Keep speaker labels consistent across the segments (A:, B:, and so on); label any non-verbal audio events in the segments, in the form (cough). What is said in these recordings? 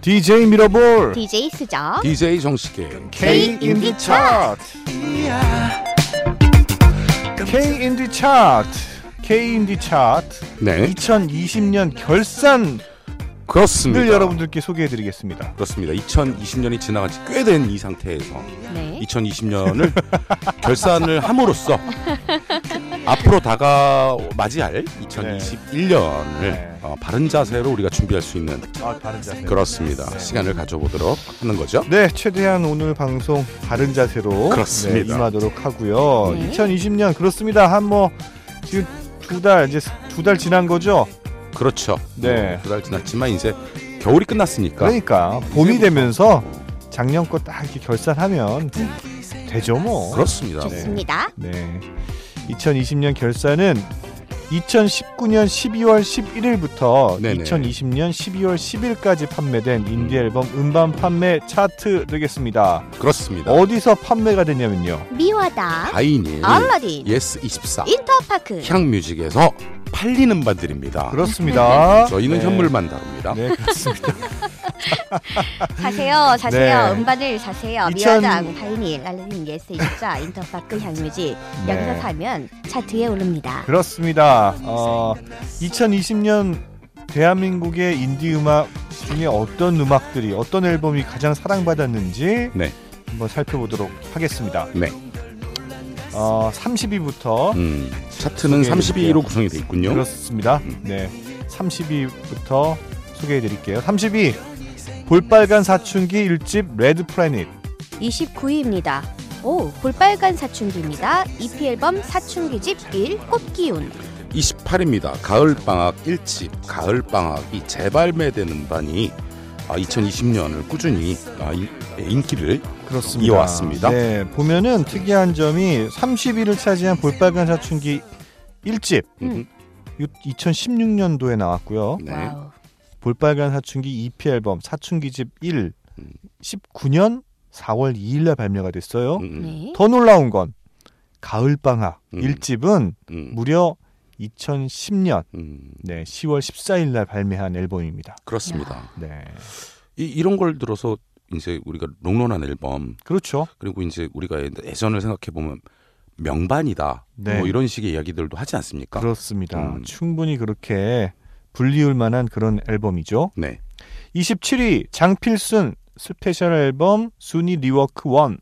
A: DJ 미러볼
B: DJ 수정
C: DJ 정식이
A: K 인디 차트 K 인디 차트 K 인디 차트
C: 네
A: 2020년 결산을
C: 그렇습니다.
A: 여러분들께 소개해드리겠습니다.
C: 그렇습니다. 2020년이 지나간 지 꽤 된 이 상태에서
B: 네.
A: (laughs)
C: 2020년을 결산을 함으로써 앞으로 다가 맞이할 2021년을 어,
A: 네.
C: 바른 자세로 우리가 준비할 수 있는
A: 아 다른 자세.
C: 그렇습니다.
A: 네.
C: 시간을 가져보도록 하는 거죠.
A: 네, 최대한 오늘 방송 바른 자세로
C: 그렇습니다.
A: 네, 임하도록 하고요.
B: 네.
A: 2020년 그렇습니다. 한 뭐 지금 두 달 이제 두 달 지난 거죠.
C: 그렇죠.
A: 네.
C: 두달 지났지만 이제 겨울이 끝났으니까
A: 그러니까 봄이 되면서 작년 거 딱 이렇게 결산하면 되죠 뭐.
C: 그렇습니다. 네.
B: 좋습니다.
A: 네. 2020년 결산은 2019년 12월 11일부터
C: 네네.
A: 2020년 12월 10일까지 판매된 인디 앨범 음반 판매 차트 되겠습니다.
C: 그렇습니다.
A: 어디서 판매가 됐냐면요.
B: 미화당
C: 아이니
B: 알라딘
C: 예스 24
B: 인터파크
C: 향뮤직에서 팔리는 반들입니다.
A: 그렇습니다.
C: 저희는
A: 네.
C: 현물만 다룹니다.
A: 네, 그렇습니다.
B: 사세요
A: 네.
B: 사세요 음반을 사세요
A: 이천-
B: 미화당 바이닐 알라딘 예스 24 인터파크 향뮤지
A: 네.
B: 여기서 사면 차트에 오릅니다.
A: 그렇습니다. 어, 2020년 대한민국의 인디 음악 중에 어떤 음악들이 어떤 앨범이 가장 사랑받았는지
C: 네.
A: 한번 살펴보도록 하겠습니다.
C: 네.
A: 어, 30위부터
C: 음, 차트는
A: 소개해드릴게요.
C: 32로 구성이 돼 있군요. 음.
A: 그렇습니다. 네. 30위부터 소개해 드릴게요. 30위. 볼빨간 사춘기 1집 레드 플래닛.
B: 29위입니다. 오 볼빨간 사춘기입니다. EP 앨범 사춘기집 1 꽃기운
C: 28입니다. 가을 방학 1집 가을 방학이 재발매된 음반이 2020년을 꾸준히 아, 이- 인기를
A: 그렇습니다.
C: 이어왔습니다.
A: 네. 보면은 특이한 점이 30위를 차지한 볼빨간 사춘기 1집.
B: 음.
A: 2016년도에 나왔고요.
C: 네.
B: 와우
A: 볼빨간 사춘기 EP 앨범 사춘기집 1
C: 음.
A: 19년 4월 2일 날 발매가 됐어요.
C: 음,
B: 네.
A: 더 놀라운 건 가을 방학
C: 음.
A: 1집은
C: 음,
A: 무려 2010년
C: 음,
A: 네, 10월 14일 날 발매한 앨범입니다.
C: 그렇습니다.
A: 네.
C: 이, 이런 걸 들어서 이제 우리가 롱런한 앨범
A: 그렇죠.
C: 그리고 이제 우리가 예전을 생각해 보면 명반이다
A: 네.
C: 뭐 이런 식의 이야기들도 하지 않습니까?
A: 그렇습니다.
C: 음.
A: 충분히 그렇게 불리울 만한 그런 앨범이죠.
C: 네.
A: 27위 장필순 스페셜 앨범 순위 리워크 1.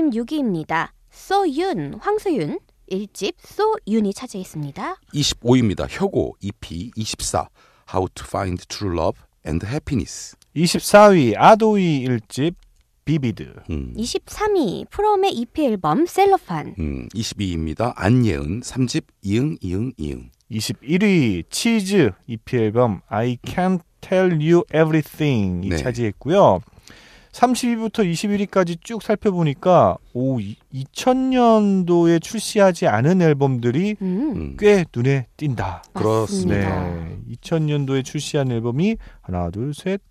B: 26위입니다. 소윤 황소윤 1집 소윤이 차지했습니다.
C: 25입니다. 혁오 EP 24 How to Find True Love and Happiness.
A: 24위 아도이 1집 비비드.
C: 음.
B: 23위 프롬의 EP 앨범 셀로판
C: 음, 22입니다. 안예은 3집 이응 이응 이응.
A: 21위 치즈 EP 앨범 I Can Tell You Everything이
C: 네.
A: 차지했고요. 30위부터 21위까지 쭉 살펴보니까 오 2000년도에 출시하지 않은 앨범들이
B: 음,
C: 음.
A: 꽤 눈에 띈다.
C: 그렇습니다.
A: 네,
B: 맞습니다.
A: 2000년도에 출시한 앨범이 하나, 둘, 셋,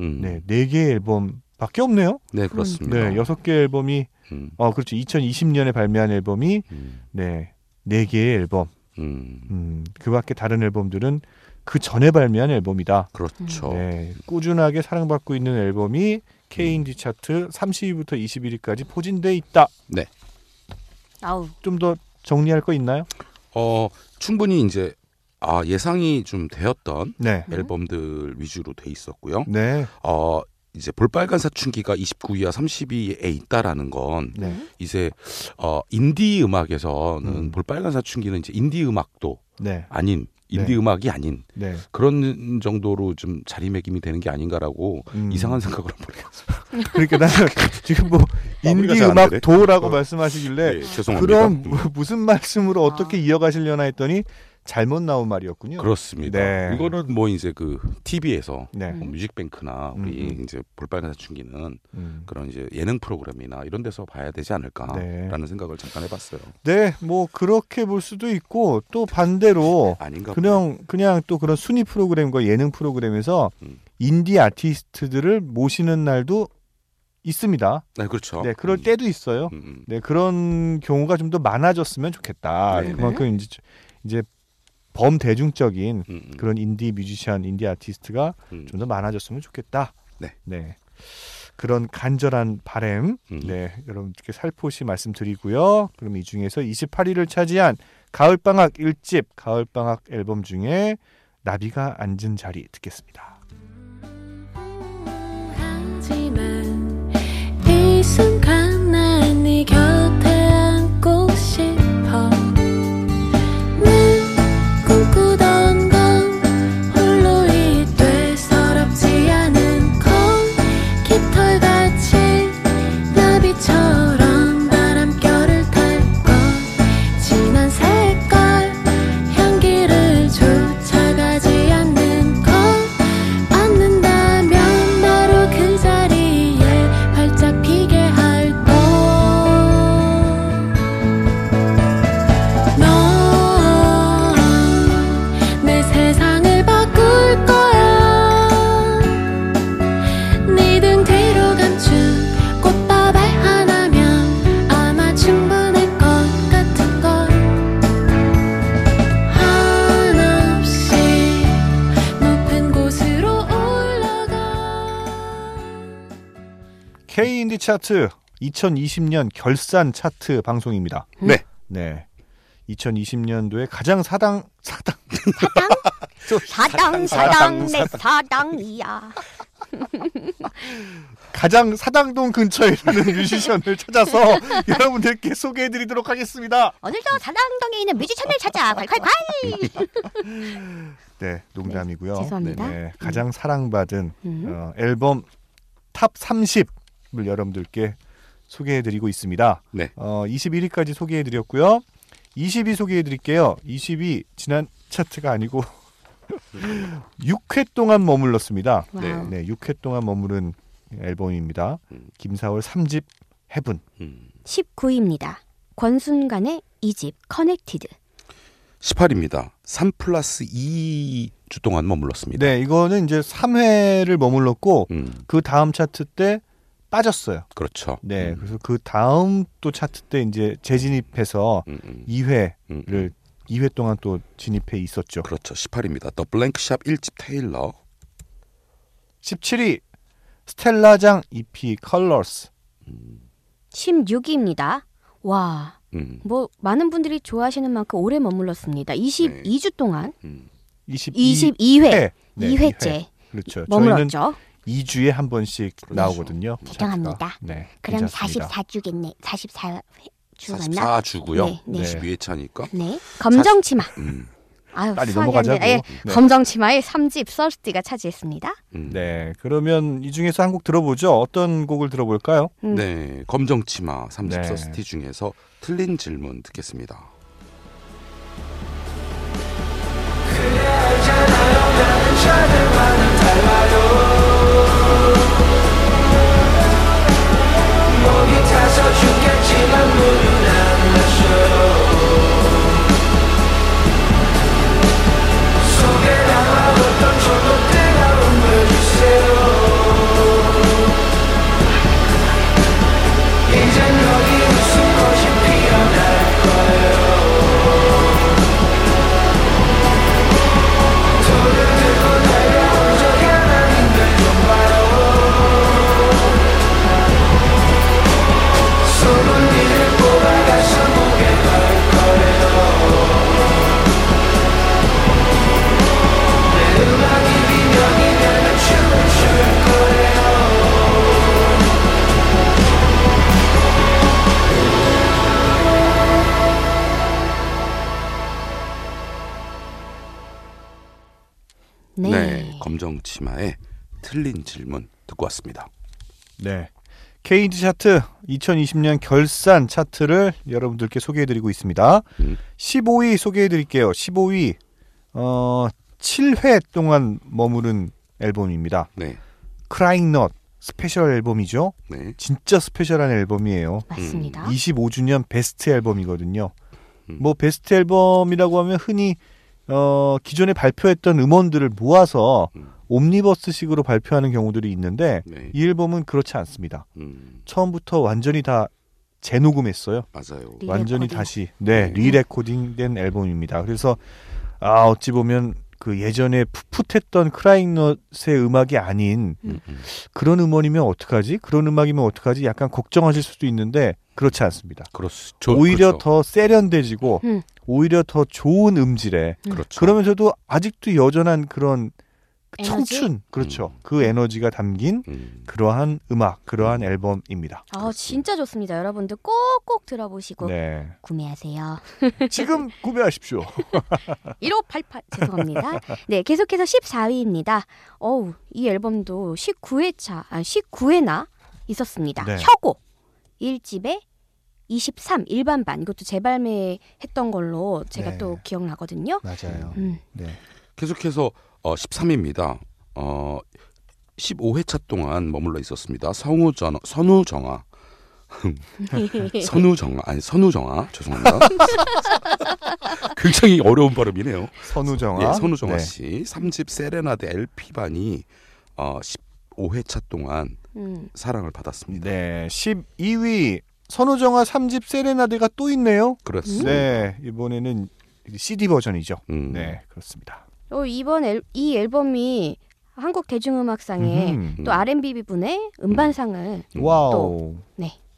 C: 음.
A: 네, 네 개의 앨범밖에 없네요.
C: 네, 그렇습니다.
A: 네, 여섯 개의 앨범이
C: 음.
A: 어 그렇죠. 2020년에 발매한 앨범이
C: 음.
A: 네, 네 개의 앨범.
C: 음.
A: 음, 그밖에 다른 앨범들은 그 전에 발매한 앨범이다.
C: 그렇죠.
A: 네, 꾸준하게 사랑받고 있는 앨범이
C: 음.
A: K&D 차트 30위부터 21위까지 포진돼 있다.
B: 아우
A: 좀 더 정리할 거 있나요?
C: 어, 충분히 이제 아, 예상이 좀 되었던
A: 네,
C: 앨범들 위주로 돼 있었고요.
A: 네,
C: 어, 이제 볼빨간 사춘기가 29위와 30위에 있다라는 건
A: 네,
C: 이제 어, 인디 음악에서는
A: 음.
C: 볼빨간 사춘기는 이제 인디 음악도
A: 네,
C: 아닌 인디
A: 네.
C: 음악이 아닌
A: 네.
C: 그런 정도로 좀 자리매김이 되는 게 아닌가라고
A: 음.
C: 이상한 생각을 한번 해봤어요.
A: (laughs) 그러니까
C: (laughs)
A: 나는 지금 뭐
C: 마무리가
A: 인디
C: 잘안
A: 음악
C: 되네.
A: 도라고
C: 어.
A: 말씀하시길래
C: (laughs) 예, 죄송합니다.
A: 네. 그럼
C: 음,
A: 뭐- 무슨 말씀으로 어떻게 이어가시려나 했더니 잘못 나온 말이었군요.
C: 그렇습니다.
A: 네.
C: 이거는 뭐 이제 그 TV에서
A: 네,
C: 뮤직뱅크나 우리
A: 음.
C: 이제 볼빨간 사춘기는
A: 음.
C: 그런 이제 예능 프로그램이나 이런 데서 봐야 되지 않을까라는 생각을 잠깐 해봤어요.
A: 네, 뭐 그렇게 볼 수도 있고 또 반대로
C: 아닌가? 보네.
A: 그냥 그냥 또 그런 순위 프로그램과 예능 프로그램에서
C: 음.
A: 인디 아티스트들을 모시는 날도 있습니다.
C: 네, 그렇죠.
A: 네, 그럴
C: 음,
A: 때도 있어요.
C: 음, 음.
A: 네, 그런 경우가 좀 더 많아졌으면 좋겠다.
C: 네네.
A: 그만큼 이제 이제 범대중적인
C: 음, 음.
A: 그런 인디 뮤지션, 인디 아티스트가
C: 음.
A: 좀 더 많아졌으면 좋겠다.
C: 네.
A: 그런 간절한 바램,
C: 음.
A: 네, 여러분께 살포시 말씀드리고요. 그럼 이 중에서 28위를 차지한 가을방학 1집 가을방학 앨범 중에 나비가 앉은 자리 듣겠습니다.
D: 하지만 이 순간 난 네 곁에 앉고 싶어 난 꿈꾸던 건 홀로 이 되서럽지 않은 건 깃털같이 나비처럼 바람결을 탈 것 진한 색깔 향기를 쫓아가지 않는 건 앉는다면 바로 그 자리에 발짝 피게 할 것. 넌 내 세상을 바꿀 거야. 네 등 뒤로 감춘 꽃다발 하나면 아마 충분할 것 같은 걸. 한없이 높은 곳으로 올라가
A: K 인디 차트 2020년 결산 차트 방송입니다.
C: 네.
A: 네. 2020년도에 가장 사당 사당
B: 사당 사당 내 사당이야.
A: 가장 사당동 근처에 사는 (laughs) 뮤지션을 찾아서 여러분들께 소개해드리도록 하겠습니다.
B: 오늘도 사당동에 있는 뮤지션을 찾아 콸콸콸.
A: 네, 농담이고요.
B: 네, 죄송합니다.
A: 네, 가장 사랑받은
B: 음.
A: 어, 앨범 탑 30을 여러분들께 소개해드리고 있습니다.
C: 네.
A: 어, 21위까지 소개해드렸고요. 22 소개해드릴게요. 22 지난 차트가 아니고 (laughs) 6회 동안 머물렀습니다.
C: 네.
B: 와우.
A: 네, 6회 동안 머무른 앨범입니다.
C: 음.
A: 김사월 3집 해븐.
C: 음.
B: 19위입니다. 권순간의 이집 커넥티드.
C: 18입니다. 3 플러스 2주 동안 머물렀습니다.
A: 네, 이거는 이제 3회를 머물렀고
C: 음,
A: 그 다음 차트 때 빠졌어요.
C: 그렇죠.
A: 네,
C: 음,
A: 그래서 그 다음 또 차트 때 이제 재진입해서
C: 음, 음,
A: 2회를
C: 음,
A: 2회 동안 또 진입해 있었죠.
C: 그렇죠. 18입니다. 더 블랭크샵 1집 테일러.
A: 17위 스텔라장 E EP 컬러스.
B: 16위입니다. 와,
C: 음,
B: 뭐 많은 분들이 좋아하시는 만큼 오래 머물렀습니다. 22주 동안
C: 음,
A: 22회.
B: 22회,
A: 네,
B: 2회째
A: 그렇죠. 저희는
B: 머물렀죠.
A: 2주에 한 번씩
C: 그렇죠.
A: 나오거든요.
B: 부탁합니다.
A: 차트가. 네.
B: 그럼
A: 괜찮습니다.
B: 44주겠네. 44주 맞나?
C: 44주고요.
B: 네, 네.
C: 22회 차니까.
B: 네. 검정 치마.
C: 음,
B: 아유,
A: 빨리
B: 수학이
A: 넘어가자고.
B: 안 돼. 예,
A: 네.
B: 검정 치마의 3집 서스티가 차지했습니다.
C: 음.
A: 네. 그러면 이 중에서 한 곡 들어보죠. 어떤 곡을 들어볼까요?
B: 음.
C: 네, 검정치마 30
A: 네.
C: 서스티 중에서 틀린 질문 듣겠습니다.
B: 네.
C: 검정치마의 틀린 질문 듣고 왔습니다.
A: 네. 케이지 차트 2020년 결산 차트를 여러분들께 소개해드리고 있습니다.
C: 음.
A: 15위 소개해드릴게요. 15위 어, 7회 동안 머무른 앨범입니다.
C: 네,
A: 크라잉 넛 스페셜 앨범이죠.
C: 네,
A: 진짜 스페셜한 음, 앨범이에요.
B: 맞습니다.
A: 25주년 베스트 앨범이거든요.
C: 음.
A: 뭐 베스트 앨범이라고 하면 흔히 어, 기존에 발표했던 음원들을 모아서
C: 음.
A: 옴니버스식으로 발표하는 경우들이 있는데
C: 네,
A: 이 앨범은 그렇지 않습니다.
C: 음,
A: 처음부터 완전히 다 재녹음했어요. 네,
C: 맞아요.
B: 리- 리레코딩.
C: 네.
A: 완전히 다시 네 리레코딩된 앨범입니다. 그래서 아 어찌 보면 그 예전에 풋풋했던 크라잉넛의 음악이 아닌
C: 음, 음.
A: 그런 음원이면 어떡하지? 그런 음악이면 어떡하지? 약간 걱정하실 수도 있는데 그렇지 않습니다.
C: 그렇죠.
A: 오히려
C: 그렇죠.
A: 더 세련돼지고
B: 음.
A: 오히려 더 좋은 음질에
C: 그렇죠.
A: 그러면서도 아직도 여전한 그런 그
B: 에너지?
A: 청춘 그렇죠. 그 에너지가 담긴
C: 음.
A: 그러한 음악, 그러한
C: 음.
A: 앨범입니다.
B: 아 진짜 좋습니다. 여러분들 꼭꼭 들어보시고
A: 네.
B: 구매하세요.
A: 지금 구매하십시오.
B: 1588 (laughs) 죄송합니다. 네 계속해서 14위입니다. 어우 이 앨범도 19회차 아 19회나 있었습니다.
A: 네.
B: 혁오 1집에 23 일반반 이것도 재발매했던 걸로 제가
A: 네.
B: 또 기억나거든요.
A: 맞아요.
B: 음.
A: 네.
C: 계속해서 어, 13입니다. 어, 15회차 동안 머물러 있었습니다. 성우전
B: (laughs)
C: 선우정아 선우정아 아니 선우정아 죄송합니다. (laughs) 굉장히 어려운 발음이네요.
A: 선우정아.
C: 예, 선우정아
A: 네.
C: 씨 3집 세레나데 LP 반이 어, 15회차 동안
B: 음.
C: 사랑을 받았습니다.
A: 네. 12위 선우정아 3집 세레나데가 또 있네요.
C: 그렇습니다.
A: 네. 이번에는 CD 버전이죠.
C: 음.
A: 네, 그렇습니다.
B: 어, 이번 앨, 이 앨범이 한국 네. 대중음악상에
A: 음.
B: 또 R&B 부분의 음반상을
C: 음,
A: 와우.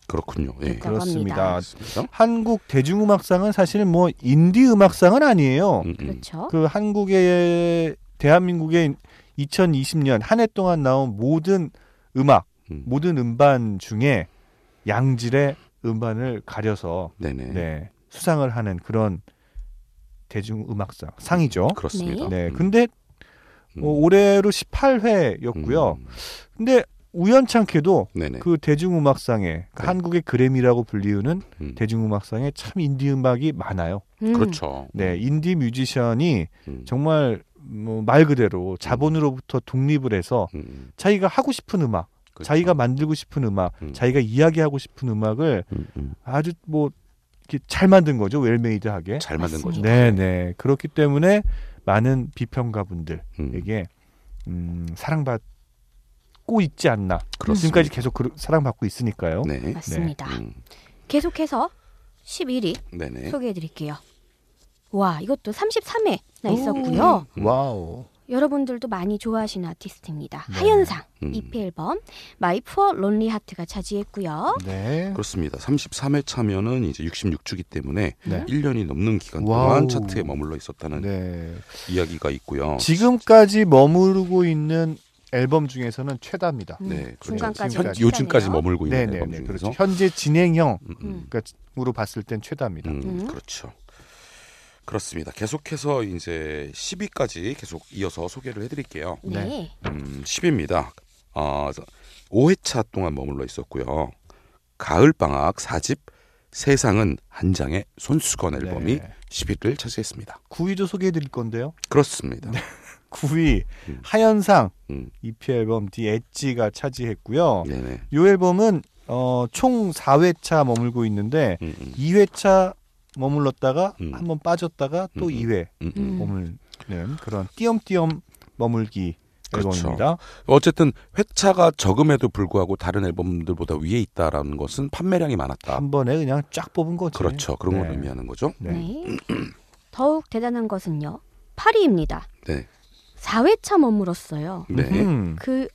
C: 그렇군요. 예.
B: 그러니까.
A: 그렇습니다.
B: 합니다.
C: 그렇습니다.
A: 한국 대중음악상은 사실 뭐 인디 음악상은 아니에요.
C: 음, 음.
B: 그렇죠.
A: 그 한국의 대한민국의 2020년 한 해 동안 나온 모든 음악,
C: 음.
A: 모든 음반 중에 양질의 음반을 가려서
C: 네네.
A: 네, 수상을 하는 그런 대중음악상 상이죠.
C: 그렇습니다.
A: 네,
C: 음,
A: 근데
C: 음.
A: 어, 올해로 18회였고요.
C: 음.
A: 근데 우연찮게도
C: 네네.
A: 그 대중음악상에 그
C: 네.
A: 한국의 그래미라고 불리우는
C: 음.
A: 대중음악상에 참 인디 음악이 많아요.
B: 음.
C: 그렇죠.
A: 네, 인디 뮤지션이
C: 음.
A: 정말 뭐 말 그대로 자본으로부터 독립을 해서
C: 음.
A: 자기가 하고 싶은 음악,
C: 그렇죠.
A: 자기가 만들고 싶은 음악,
C: 음.
A: 자기가 이야기하고 싶은 음악을
C: 음, 음.
A: 아주 뭐 이렇게 잘 만든 거죠. 웰메이드하게.
C: 잘 만든 거죠.
B: 맞습니다.
A: 네, 네. 그렇기 때문에 많은 비평가분들에게
C: 음.
A: 음, 사랑받고 있지 않나.
C: 그렇습니다.
A: 지금까지 계속 그- 사랑받고 있으니까요.
C: 네.
B: 맞습니다.
C: 음.
B: 계속해서 11위
C: 네네.
B: 소개해 드릴게요. 와, 이것도 33회나 있었고요.
C: 음.
A: 와우.
B: 여러분들도 많이 좋아하시는 아티스트입니다.
A: 네.
B: 하현상
C: 음.
B: EP 앨범 마이 푸어 론리 하트가 차지했고요.
A: 네.
C: 그렇습니다. 33회 차면은 이제 66주기 때문에
A: 네.
C: 1년이 넘는 기간 동안
A: 와우.
C: 차트에 머물러 있었다는
A: 네.
C: 이야기가 있고요.
A: 지금까지 머무르고 있는 앨범 중에서는 최다입니다.
B: 음,
C: 네, 그렇죠.
B: 중간까지
A: 지금
C: 현,
B: 시작이네요.
C: 요즘까지 머물고 있는
A: 네, 네,
C: 앨범
A: 네.
C: 중에서
A: 그렇죠. 현재 진행형으로
C: 음, 음.
A: 봤을 땐 최다입니다.
C: 음,
B: 음.
C: 그렇죠. 그렇습니다. 계속해서 이제 10위까지 계속 이어서 소개를 해드릴게요.
B: 네.
C: 음, 10위입니다. 어, 5회차 동안 머물러 있었고요. 가을 방학 4집 세상은 한 장의 손수건 앨범이
A: 네.
C: 10위를 차지했습니다.
A: 9위도 소개해 드릴 건데요.
C: 그렇습니다.
A: 네. 9위
C: 음.
A: 하현상
C: 음.
A: EP 앨범 디 엣지가 차지했고요.
C: 네네.
A: 이 앨범은 어, 총 4회차 머물고 있는데
C: 음, 음,
A: 2회차 머물렀다가
C: 음.
A: 한번 빠졌다가 또
C: 음, 음.
A: 2회
C: 음, 음.
B: 음.
A: 머물는 그런 띄엄띄엄 머물기
C: 그렇죠.
A: 앨범입니다.
C: 어쨌든 회차가 적음에도 불구하고 다른 앨범들보다 위에 있다라는 것은 판매량이 많았다.
A: 한 번에 그냥 쫙 뽑은 거죠.
C: 그렇죠. 그런 걸
A: 네.
C: 의미하는 거죠.
A: 네.
B: 네. 더욱 대단한 것은요. 8위입니다.
C: 네.
B: 4회차 머물었어요.
C: 네.
A: 음.
B: 그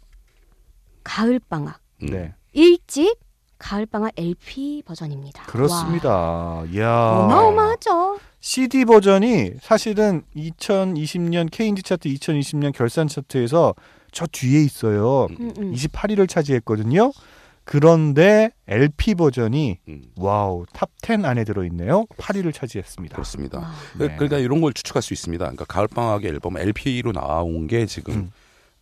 B: 가을 방학
C: 음.
A: 네.
B: 일집 가을 방학 LP 버전입니다.
A: 그렇습니다. 이야.
B: 와, 어마어마하죠.
A: CD 버전이 사실은 2020년 KNG 차트 2020년 결산 차트에서 저 뒤에 있어요.
B: 음, 음.
A: 28위를 차지했거든요. 그런데 LP 버전이
C: 음.
A: 와우 탑 10 안에 들어있네요. 8위를 차지했습니다.
C: 그렇습니다.
B: 와,
C: 그-
A: 네.
C: 그러니까 이런 걸 추측할 수 있습니다. 그러니까 가을 방학의 앨범 LP로 나온 게 지금
A: 음.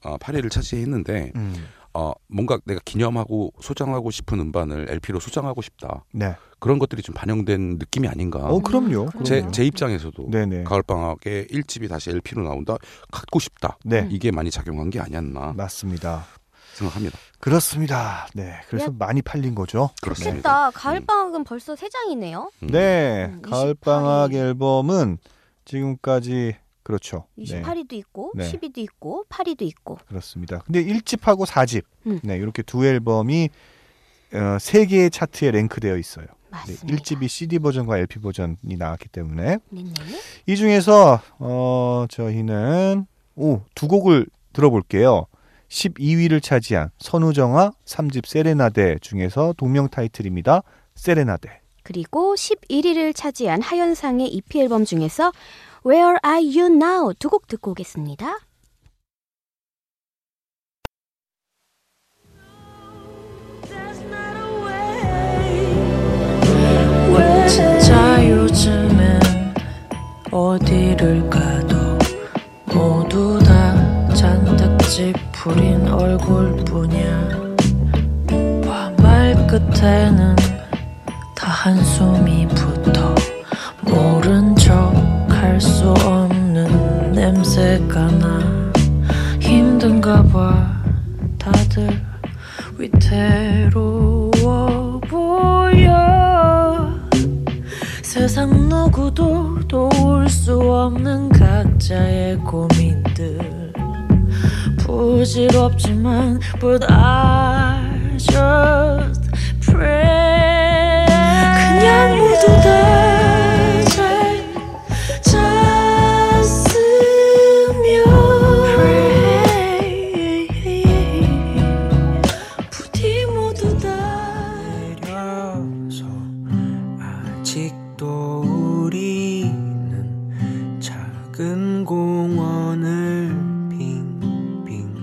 C: 어, 8위를 차지했는데
A: 음,
C: 어, 뭔가 내가 기념하고 소장하고 싶은 음반을 LP로 소장하고 싶다
A: 네.
C: 그런 것들이 좀 반영된 느낌이 아닌가. 음,
A: 어 그럼요.
B: 그럼요.
C: 제, 제 입장에서도
A: 네네.
C: 가을 방학에 1집이 다시 LP로 나온다 갖고 싶다
A: 네.
C: 이게 많이 작용한 게 음. 아니었나
A: 맞습니다.
C: 생각합니다.
A: 그렇습니다. 네. 그래서
B: 야.
A: 많이 팔린 거죠.
C: 그렇습니다.
B: 좋겠다. 가을 방학은 벌써 세 장이네요.
C: 음.
A: 네.
B: 음,
A: 가을방학
B: 28위.
A: 앨범은 지금까지 그렇죠. 네.
B: 28위도 있고
A: 네.
B: 10위도 있고 8위도 있고.
A: 그렇습니다. 근데 1집하고 4집.
B: 음.
A: 네, 이렇게 두 앨범이 어, 세 개의 차트에 랭크되어 있어요. 네,
B: 맞습니다.
A: 1집이 CD 버전과 LP 버전이 나왔기 때문에
B: 네네.
A: 이 중에서 어, 저희는 오, 두 곡을 들어볼게요. 12위를 차지한 선우정아 3집 세레나데 중에서 동명 타이틀입니다. 세레나데.
B: 그리고 11위를 차지한 하현상의 EP 앨범 중에서 Where Are You Now 두 곡 듣고 오겠습니다.
D: 진짜 요즘엔 어디를 가도 모두 다 잔뜩 부린 얼굴뿐이야 와 말 끝에는 다 한숨이 붙어 모른 척 할 수 없는 냄새가 나 힘든가 봐 다들 위태로워 보여 세상 누구도 도울 수 없는 각자의 고민들 부질없지만 But I just pray 그냥 모두 다잘 잤으면 pray 부디 모두 다
E: 내려서 아직도 우리는 작은 공원을 빙빙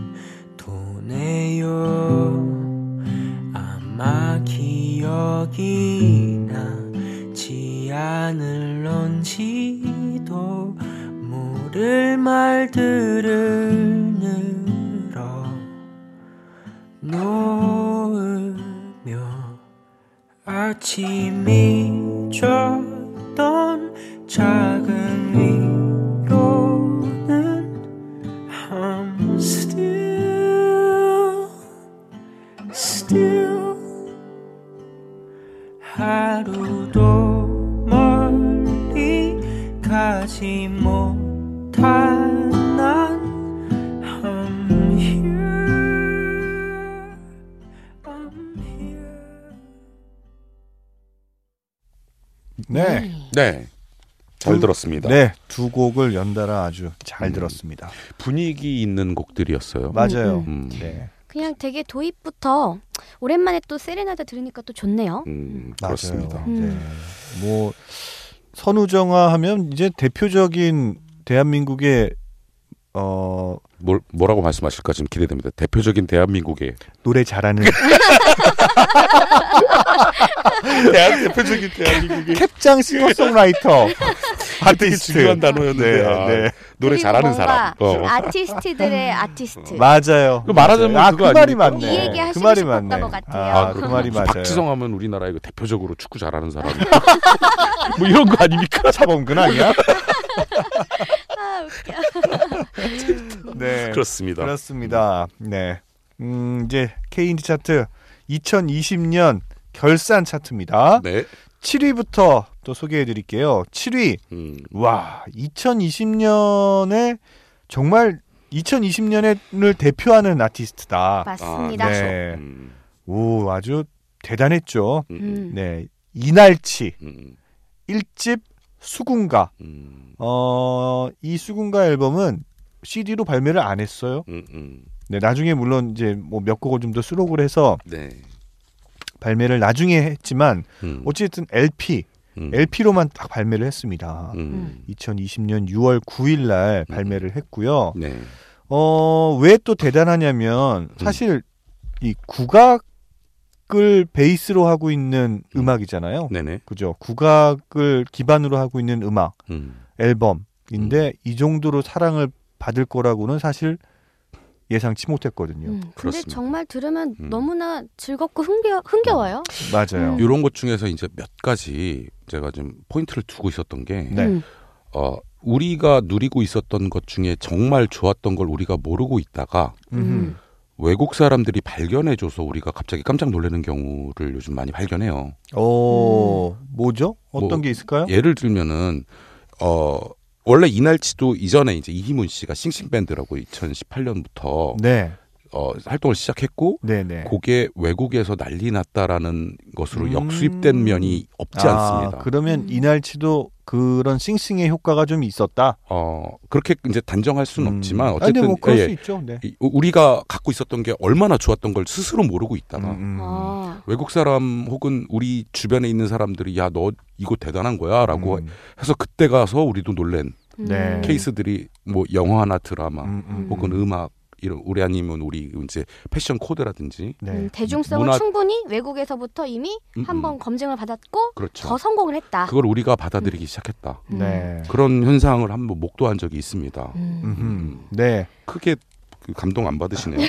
E: 도네요 아마 기억이 나지 않을런지도 모를 말들을 늘어 놓으며 아침이 줬던 작은 위로는 I'm still still 하루도 멀리 가지 못한 난 I'm here I'm here
A: 네.
C: 네. 잘
A: 음,
C: 들었습니다.
A: 네, 두 곡을 연달아 아주 잘
C: 음.
A: 들었습니다.
C: 분위기 있는 곡들이었어요.
A: 맞아요.
C: 음,
A: 네.
B: 그냥 되게 도입부터 오랜만에 또 세레나다 들으니까 또 좋네요.
C: 음,
A: 맞아요.
C: 그렇습니다.
A: 네. 뭐 선우정아 하면 이제 대표적인 대한민국의 어
C: 뭘, 뭐라고 말씀하실까 지금 기대됩니다. 대표적인 대한민국의
A: 노래 잘하는
C: (laughs) 대한 대표적인 대한민국의
A: 캡장 싱어송라이터
C: (laughs) 되게 중요한 단어였는데
A: 네,
C: 아,
A: 네.
B: 그리고
C: 노래 잘하는
B: 뭔가
C: 사람. 어.
B: 아티스트들의 아티스트.
A: 맞아요.
C: 그 말하자면
A: 맞아요. 아,
C: 그거
A: 그 말이
C: 아닙니까?
A: 맞네.
B: 이
A: 그
B: 얘기 하시고
A: 말이
B: 싶었던
A: 맞네.
B: 것 같아요.
A: 아, 그 말이 맞아요.
C: 박지성 하면 우리나라의 그 대표적으로 축구 잘하는 사람. 뭐 이런 거 아닙니까?
A: 차범근 아니야?
B: (laughs) 아,
A: (laughs)
B: 웃겨.
A: 네.
C: 그렇습니다.
A: 그렇습니다. 네. 음, 이제 K인디 차트 2020년 결산 차트입니다.
C: 네.
A: 7위부터 또 소개해 드릴게요. 7위.
C: 음,
A: 와, 2020년에 정말 2020년을 대표하는 아티스트다.
B: 맞습니다.
A: 아, 네.
C: 음,
A: 오, 아주 대단했죠.
C: 음, 음,
B: 음.
A: 네. 이날치
C: 음,
A: 1집 수군가.
C: 음,
A: 어, 이 수군가 앨범은 CD로 발매를 안 했어요.
C: 음, 음.
A: 네, 나중에 물론 이제 뭐 몇 곡을 좀 더 수록을 해서
C: 네.
A: 발매를 나중에 했지만
C: 음,
A: 어쨌든 LP,
C: 음,
A: LP로만 딱 발매를 했습니다.
C: 음,
A: 2020년 6월 9일 날 발매를 했고요.
C: 네.
A: 어, 왜 또 대단하냐면
C: 음.
A: 사실 이 국악을 베이스로 하고 있는
C: 음.
A: 음악이잖아요.
C: 네네.
A: 그죠? 국악을 기반으로 하고 있는 음악
C: 음,
A: 앨범인데 이 정도로 사랑을 받을 거라고는 사실 예상치 못했거든요.
B: 음, 근데
C: 그렇습니다.
B: 정말 들으면
C: 음.
B: 너무나 즐겁고 흥겨, 흥겨워요.
A: 맞아요.
B: 음.
C: 이런 것 중에서 이제 몇 가지 제가 좀 포인트를 두고 있었던 게
A: 네.
B: 음.
C: 어, 우리가 누리고 있었던 것 중에 정말 좋았던 걸 우리가 모르고 있다가
A: 음.
C: 외국 사람들이 발견해줘서 우리가 갑자기 깜짝 놀라는 경우를 요즘 많이 발견해요.
A: 어, 뭐죠? 어떤
C: 뭐,
A: 게 있을까요?
C: 예를 들면은 어 원래 이날치도 이전에 이제 이희문 씨가 싱싱밴드라고 2018년부터
A: 네.
C: 어, 활동을 시작했고
A: 네네.
C: 그게 외국에서 난리 났다라는 것으로
A: 음. 아,
C: 역수입된 면이 없지 않습니다.
A: 그러면
B: 음.
A: 이날치도 그런 싱싱의 효과가 좀 있었다.
C: 어, 그렇게 이제 단정할 수는
A: 음.
C: 없지만
A: 아니, 근데
C: 어쨌든
A: 뭐 그럴
C: 예,
A: 수 있죠. 네.
C: 이- 우리가 갖고 있었던 게 얼마나 좋았던 걸 스스로 모르고 있다가
A: 음, 음.
B: 아,
C: 외국 사람 혹은 우리 주변에 있는 사람들이 야 너 이거 대단한 거야라고
A: 음,
C: 해서 그때 가서 우리도 놀란
B: 음.
A: 네.
C: 케이스들이 뭐 영화나 드라마
A: 음, 음,
C: 혹은 음악 이런 우리 아니면 우리 이제 패션 코드라든지
A: 네.
B: 음, 대중성을
C: 문화-
B: 충분히 외국에서부터 이미
C: 음,
B: 한번 검증을 받았고
C: 그렇죠.
B: 더 성공을 했다.
C: 그걸 우리가 받아들이기 시작했다.
B: 음.
A: 네.
C: 그런 현상을 한번 목도한 적이 있습니다.
B: 음.
A: 음흠. 네.
C: 크게 그 감동
A: (laughs)
C: 안 받으시네요.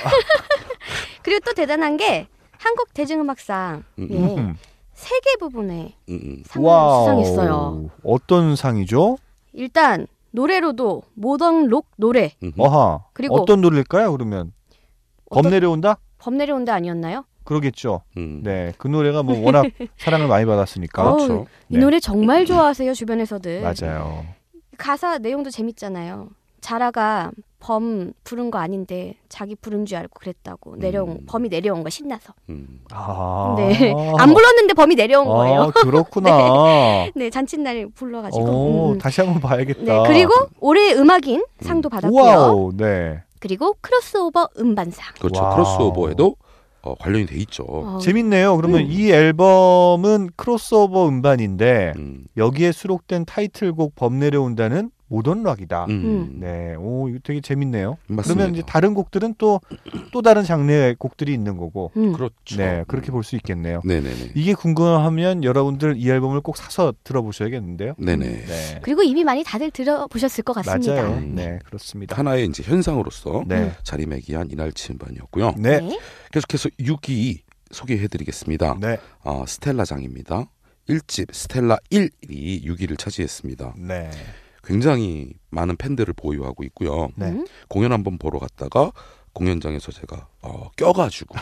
B: 그리고 또 대단한 게 한국 대중음악상
C: 음,
B: 예.
C: 음,
A: 음.
B: 세 개 부분에
C: 음, 음.
B: 상을 수상했어요.
A: 어떤 상이죠?
B: 일단 노래로도 모던 록 노래
C: 음, 음.
A: 어하.
B: 그리고-
A: 어떤 노래일까요? 그러면
B: 어떤-
A: 범 내려온다?
B: 범 내려온다 아니었나요?
A: 그러겠죠.
C: 음.
A: 네. 그 노래가 뭐
B: (laughs)
A: 워낙 사랑을 많이 받았으니까.
B: 어우, 네.
C: 그렇죠.
B: 이 노래 정말 좋아하세요 주변에서들.
A: 맞아요.
B: 가사 내용도 재밌잖아요. 자라가 범 부른 거 아닌데 자기 부른 줄 알고 그랬다고 내려온
C: 음.
B: 범이 내려온 거 신나서.
C: 음.
A: 아.
B: 네. 안 불렀는데 범이 내려온
A: 아,
B: 거예요. (laughs)
A: 그렇구나. 어.
B: 네 잔칫날 불러가지고.
A: 오,
B: 음.
A: 다시 한번 봐야겠다.
B: 네 그리고 올해 음악인 상도 받았고요.
A: 와우, 네.
B: 그리고 크로스오버 음반상.
C: 그렇죠.
A: 와우.
C: 크로스오버에도 어, 관련이 돼 있죠.
B: 어,
A: 재밌네요. 그러면
B: 음.
A: 이 앨범은 크로스오버 음반인데
C: 음.
A: 여기에 수록된 타이틀곡 범 내려온다는 모던 락이다.
C: 음.
A: 네, 오 이거 되게 재밌네요.
C: 맞습니다.
A: 그러면 이제 다른 곡들은 또 또 다른 장르의 곡들이 있는 거고,
B: 음.
C: 그렇죠.
A: 네 그렇게 볼 수 있겠네요.
C: 네네네.
A: 이게 궁금하면 여러분들 이 앨범을 꼭 사서 들어보셔야겠는데요.
C: 네네.
A: 네,
B: 그리고 이미 많이 다들 들어보셨을 것 같습니다.
A: 맞아요.
C: 음.
A: 네, 그렇습니다.
C: 하나의 이제 현상으로서
A: 네,
C: 자리매김한 이날 침반이었고요.
A: 네,
B: 네.
C: 계속해서 6위 소개해드리겠습니다.
A: 네,
C: 아, 스텔라 장입니다. 1집 스텔라 1이 6위를 차지했습니다.
A: 네,
C: 굉장히 많은 팬들을 보유하고 있고요.
A: 네.
B: 음.
C: 공연 한번 보러 갔다가 공연장에서 제가 어, 껴가지고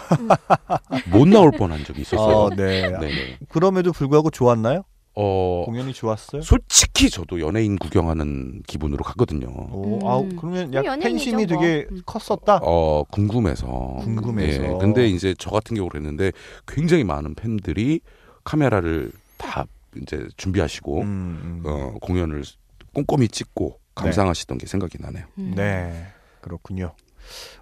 C: 못 나올 뻔한 적이 있었어요.
A: 어, 네.
C: 아, 네네.
A: 그럼에도 불구하고 좋았나요?
C: 어,
A: 공연이 좋았어요?
C: 솔직히 저도 연예인 구경하는 기분으로 갔거든요.
A: 오,
B: 음.
A: 아우 그러면 약
B: 연예인이죠,
A: 팬심이
B: 뭐.
A: 되게
B: 음.
A: 컸었다.
C: 어, 궁금해서.
A: 궁금해서.
C: 예, 근데 이제 저 같은 경우 그랬는데 굉장히 많은 팬들이 카메라를 다 이제 준비하시고
A: 음, 음.
C: 어, 공연을 꼼꼼히 찍고 감상하시던 게 생각이 나네요.
B: 음.
A: 네, 그렇군요.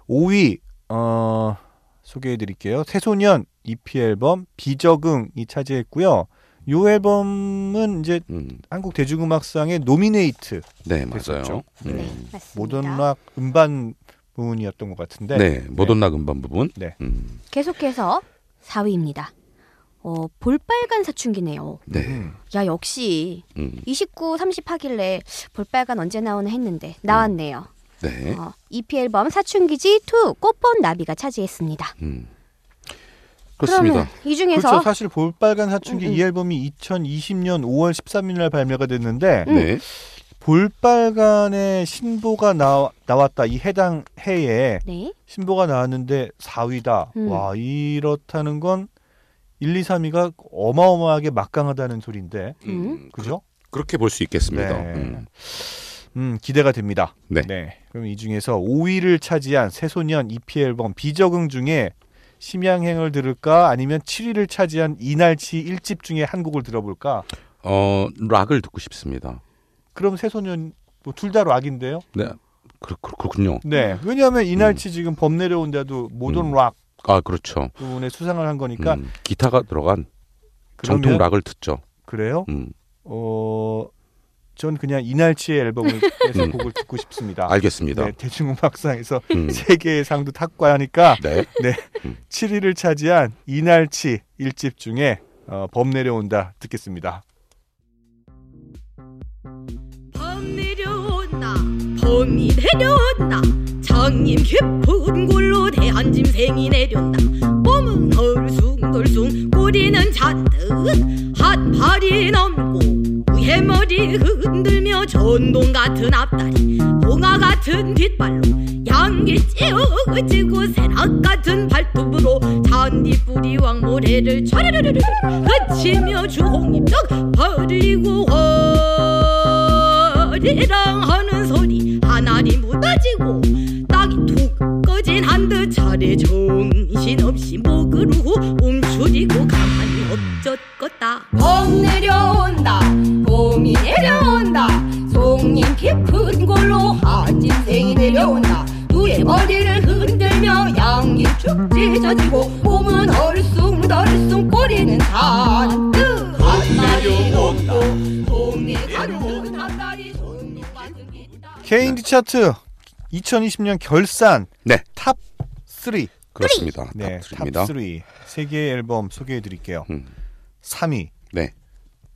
A: 5위 어, 소개해드릴게요. 새소년 EP 앨범 비적응이 차지했고요. 이 앨범은 이제
C: 음,
A: 한국 대중음악상의 노미네이트
C: 네
A: 됐었죠.
C: 맞아요. 음.
B: 네, 맞습니다.
A: 모던락 음반 부분이었던 것 같은데.
C: 네, 모던락 음반 부분.
A: 네.
C: 음,
B: 계속해서 4위입니다. 어, 볼빨간 사춘기네요.
C: 네.
A: 음,
B: 야 역시
C: 음,
B: 29, 30 하길래 볼빨간 언제 나오나 했는데 나왔네요.
C: 네.
B: 어, EP 앨범 사춘기지 2 꽃본 나비가 차지했습니다.
C: 음. 그렇습니다.
B: 그러면 이
A: 그렇죠.
B: 중에서
A: 사실 볼빨간 사춘기
B: 음, 음.
A: 이 앨범이 2020년 5월 13일 날 발매가 됐는데
B: 음.
C: 네.
A: 볼빨간의 신보가 나, 나왔다. 이 해당 해에
B: 네,
A: 신보가 나왔는데 4위다.
B: 음.
A: 와 이렇다는 건 1, 2, 3위가 어마어마하게 막강하다는 소리인데,
B: 음.
A: 그죠?
C: 그렇게 볼 수 있겠습니다.
A: 네.
C: 음.
A: 음 기대가 됩니다.
C: 네.
A: 그럼 이 중에서 5위를 차지한 새소년 EP 앨범 비적응 중에 심양행을 들을까 아니면 7위를 차지한 이날치 1집 중에 한 곡을 들어볼까?
C: 어, 락을 듣고 싶습니다.
A: 그럼 새소년 뭐 둘 다 락인데요.
C: 네. 그렇, 그렇- 그렇군요.
A: 네. 왜냐하면 이날치 지금 범 내려온데도 모던
C: 음.
A: 락
C: 아, 그렇죠.
A: 부분에 수상을 한 거니까
C: 음, 기타가 들어간
A: 그러니까 그러면
C: 정통 락을 듣죠.
A: 그래요?
C: 음,
A: 어, 전 그냥 이날치의 앨범을
C: (laughs)
A: 계속
C: 음.
A: 곡을 듣고 싶습니다.
C: 알겠습니다.
A: 네, 대중음악상에서
C: 음,
A: (laughs) 세 개의 상도 탁과하니까
C: 네.
A: 7위를 차지한 이날치 1집 중에 어, 범 내려온다 듣겠습니다.
F: 범 내려온다 범이 내려온다 장님 깊은 골로 대한 짐승이 내려온다 몸은 얼숭덜숭 꼬리는 잔뜩 한 발이 넘고 위에 머리 흔들며 전동 같은 앞다리 봉화 같은 뒷발로 양기 찌우지고 새낙 같은 발톱으로 잔디뿌리 왕모래를 차르르르르 그치며 주홍잎 떡 벌리고 허리랑 하는 소리 하나리 무너지고 땅이 툭 꺼진 한 듯 차례 큰 걸로 한 인생이 내려온다 누의 머리를 흔들며 양이 축 찢어지고 몸은 얼숭덜숭 꼬리는 잔뜩 한날이 없고 동네 잔뜩 한날이 손님 받은 있다
A: K&D 차트 2020년 결산
C: 네.
A: 탑 3.
C: 그렇습니다.
A: 네,
C: 탑3입니다.
A: 탑3. 세 개의 앨범 소개해 드릴게요.
C: 음.
A: 3위
C: 네.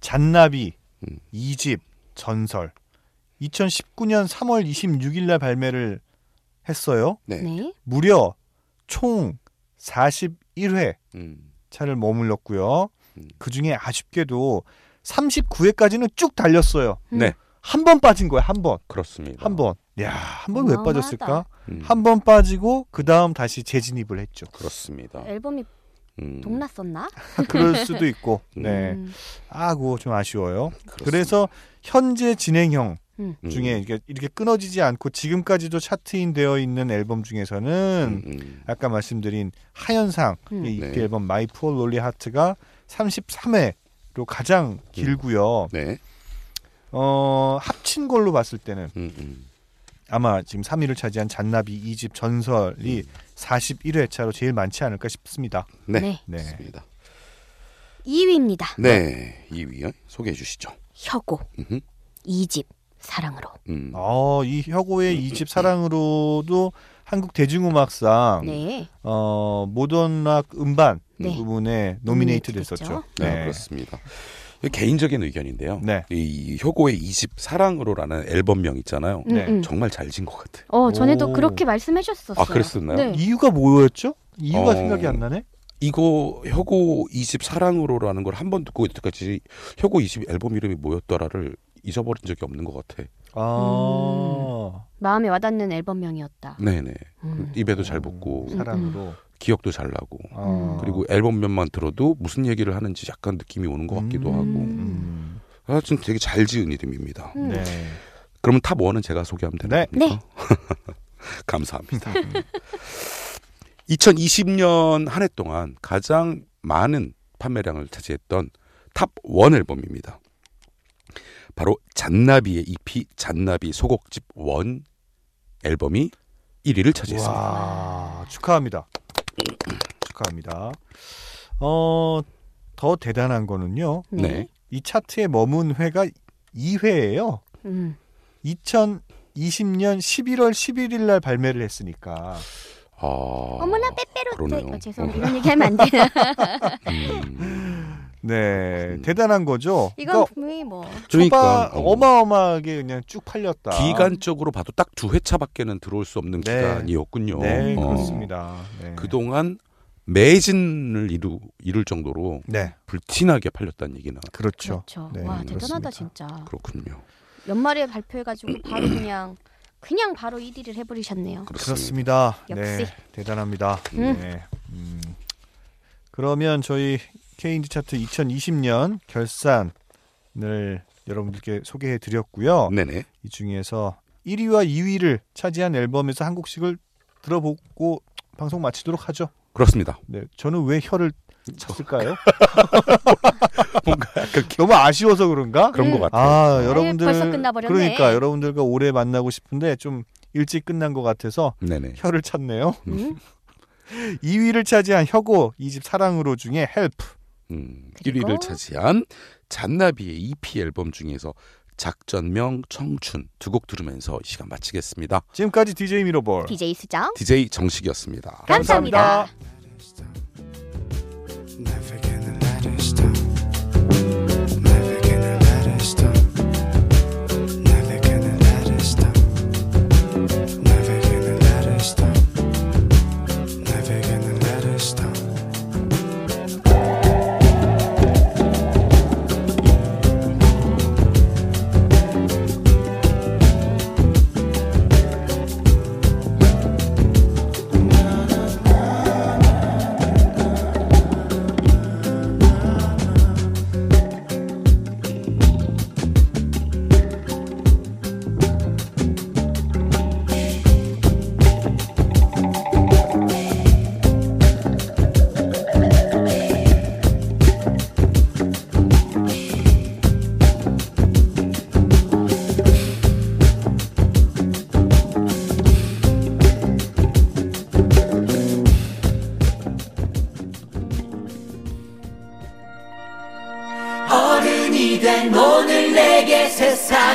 A: 잔나비
C: 음.
A: 이집 전설. 2019년 3월 26일 날 발매를 했어요.
C: 네.
B: 네.
A: 무려 총 41회
C: 음.
A: 차를 머물렀고요.
C: 음.
A: 그 중에 아쉽게도 39회까지는 쭉 달렸어요.
C: 네.
A: 한 번 빠진 거예요. 한 번.
C: 그렇습니다.
A: 한 번. 야, 한 번 왜
B: 어마어마하다.
A: 빠졌을까?
C: 음.
A: 한 번 빠지고 그다음 다시 재진입을
B: (laughs)
A: 했죠.
C: 그렇습니다.
B: 앨범이
C: 어. 음.
B: 네. 동났었나?
A: 그럴 수도 있고. 네.
B: 음.
A: 아고 좀 아쉬워요.
C: 그렇습니다.
A: 그래서 현재 진행형
C: 음.
A: 중에 이게- 이렇게 끊어지지 않고 지금까지도 차트인 되어 있는 앨범 중에서는
C: 음, 음.
A: 아까 말씀드린 하현상
B: 음.
A: 이 EP
C: 네.
A: 앨범 마이 푸어 롤리 하트가 33회로
C: 음.
A: 가장 길고요.
C: 네.
A: 어, 합친 걸로 봤을 때는
C: 음, 음.
A: 아마 지금 3위를 차지한 잔나비 이집 전설이
C: 음.
A: 41회 차로 제일 많지 않을까 싶습니다.
C: 네.
B: 네.
A: 네.
C: 그렇습니다.
B: 2위입니다.
C: 네. 2위 소개해 주시죠.
B: 혁오
C: 음흠.
B: 이집 사랑으로.
C: 음.
A: 어, 이 혁오의 이 집 사랑으로도 한국 대중음악상
B: 네.
A: 어, 모던락 음반
B: 네.
A: 부분에 노미네이트
B: 노미네이트
A: 됐었죠.
B: 됐죠.
C: 네, 그렇습니다. 개인적인 의견인데요.
A: 네.
C: 이 효고의 20 사랑으로라는 앨범명 있잖아요.
A: 네.
B: 음, 음.
C: 정말 잘 지은 것 같아.
B: 어 전에도
A: 오.
B: 그렇게 말씀해 주셨었어요.
C: 아, 그랬었나요?
B: 네.
A: 이유가 뭐였죠? 이유가
C: 어.
A: 생각이 안 나네.
C: 이거 효고 20 사랑으로라는 걸 한 번 듣고 여태까지 효고 20 앨범 이름이 뭐였더라를 잊어버린 적이 없는 것 같아.
A: 아,
B: 마음에 와닿는 앨범명이었다.
C: 네네.
B: 음.
C: 입에도 잘 붙고
A: 음. 사랑으로
C: 기억도 잘 나고
B: 음.
A: 아.
C: 그리고 앨범명만 들어도 무슨 얘기를 하는지 약간 느낌이 오는 것 같기도
B: 음.
A: 음.
C: 하고. 하여튼 되게 잘 지은 이름입니다.
B: 음.
A: 네.
C: 그러면 탑 1은 제가 소개하면 되나요?
B: 네.
C: (laughs) 감사합니다. 2020년 한 해 동안 가장 많은 판매량을 차지했던 탑 원 앨범입니다. 바로 잔나비의 EP 잔나비 소곡집 원 앨범이 1위를 차지했습니다.
A: 와, 축하합니다. 축하합니다. 어, 더 대단한 거는요.
B: 네.
C: 네.
A: 이 차트에 머문 회가 2회예요.
B: 음.
A: 2020년 11월 11일 날 발매를 했으니까.
C: 아,
B: 어머나 빼빼로테.
C: 그러네요.
B: 어, 죄송합니다. 이런 얘기하면 안 되나?
C: 음,
A: 네,
C: 음.
A: 대단한 거죠.
B: 이건
A: (laughs) 그러니까
B: 분명히 뭐.
A: 초반
C: 그러니까
A: 어마어마하게 그냥 쭉 팔렸다.
C: 기간적으로 봐도 딱 두 회차밖에는 들어올 수 없는
A: 네.
C: 기간이었군요.
A: 네,
C: 어.
A: 그렇습니다. 네.
C: 그동안 매진을 이루, 이룰 정도로
A: 네,
C: 불티나게 팔렸다는 얘기는
A: 그렇죠.
B: 그렇죠.
A: 네,
B: 와
A: 그렇습니다.
B: 대단하다 진짜.
C: 그렇군요.
B: 연말에 발표해가지고 바로 그냥 그냥 바로 1위를 해버리셨네요.
C: 그렇습니다.
A: 그렇습니다.
B: 역시.
A: 네, 대단합니다.
B: 음.
A: 네. 음. 그러면 저희 K인디 차트 2020년 결산을 여러분들께 소개해 드렸고요.
C: 네네.
A: 이 중에서 1위와 2위를 차지한 앨범에서 한 곡씩을 들어보고 방송 마치도록 하죠.
C: 그렇습니다.
A: 네, 저는 왜 혀를 찼을까요?
C: (laughs) 뭔가 약간 기-
A: 너무 아쉬워서 그런가?
C: 그런
B: 음.
C: 것 같아요.
A: 아, 여러분들
B: 벌써 끝나버렸네.
A: 그러니까 여러분들과 오래 만나고 싶은데 좀 일찍 끝난 것 같아서
C: 네네.
A: 혀를 찼네요.
B: 음?
A: 2위를 차지한 혁오 이 집 사랑으로 중에 헬프.
C: 음,
B: 그리고-
C: 1위를 차지한 잔나비의 EP 앨범 중에서 작전명 청춘 두 곡 들으면서 이 시간 마치겠습니다.
A: 지금까지 DJ 미러볼.
B: DJ 수정.
C: DJ 정식이었습니다.
B: 감사합니다.
E: Never gonna let us down. Never gonna let us down. Never gonna let us down. Never gonna let us down. Never gonna let us down.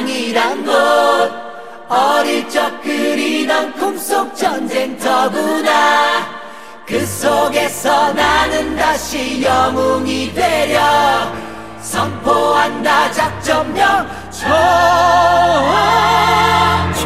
G: 이란 곳 어릴 적 그리던 꿈속 전쟁터구나 그 속에서 나는 다시 영웅이 되려 선포한다 작전명 좋아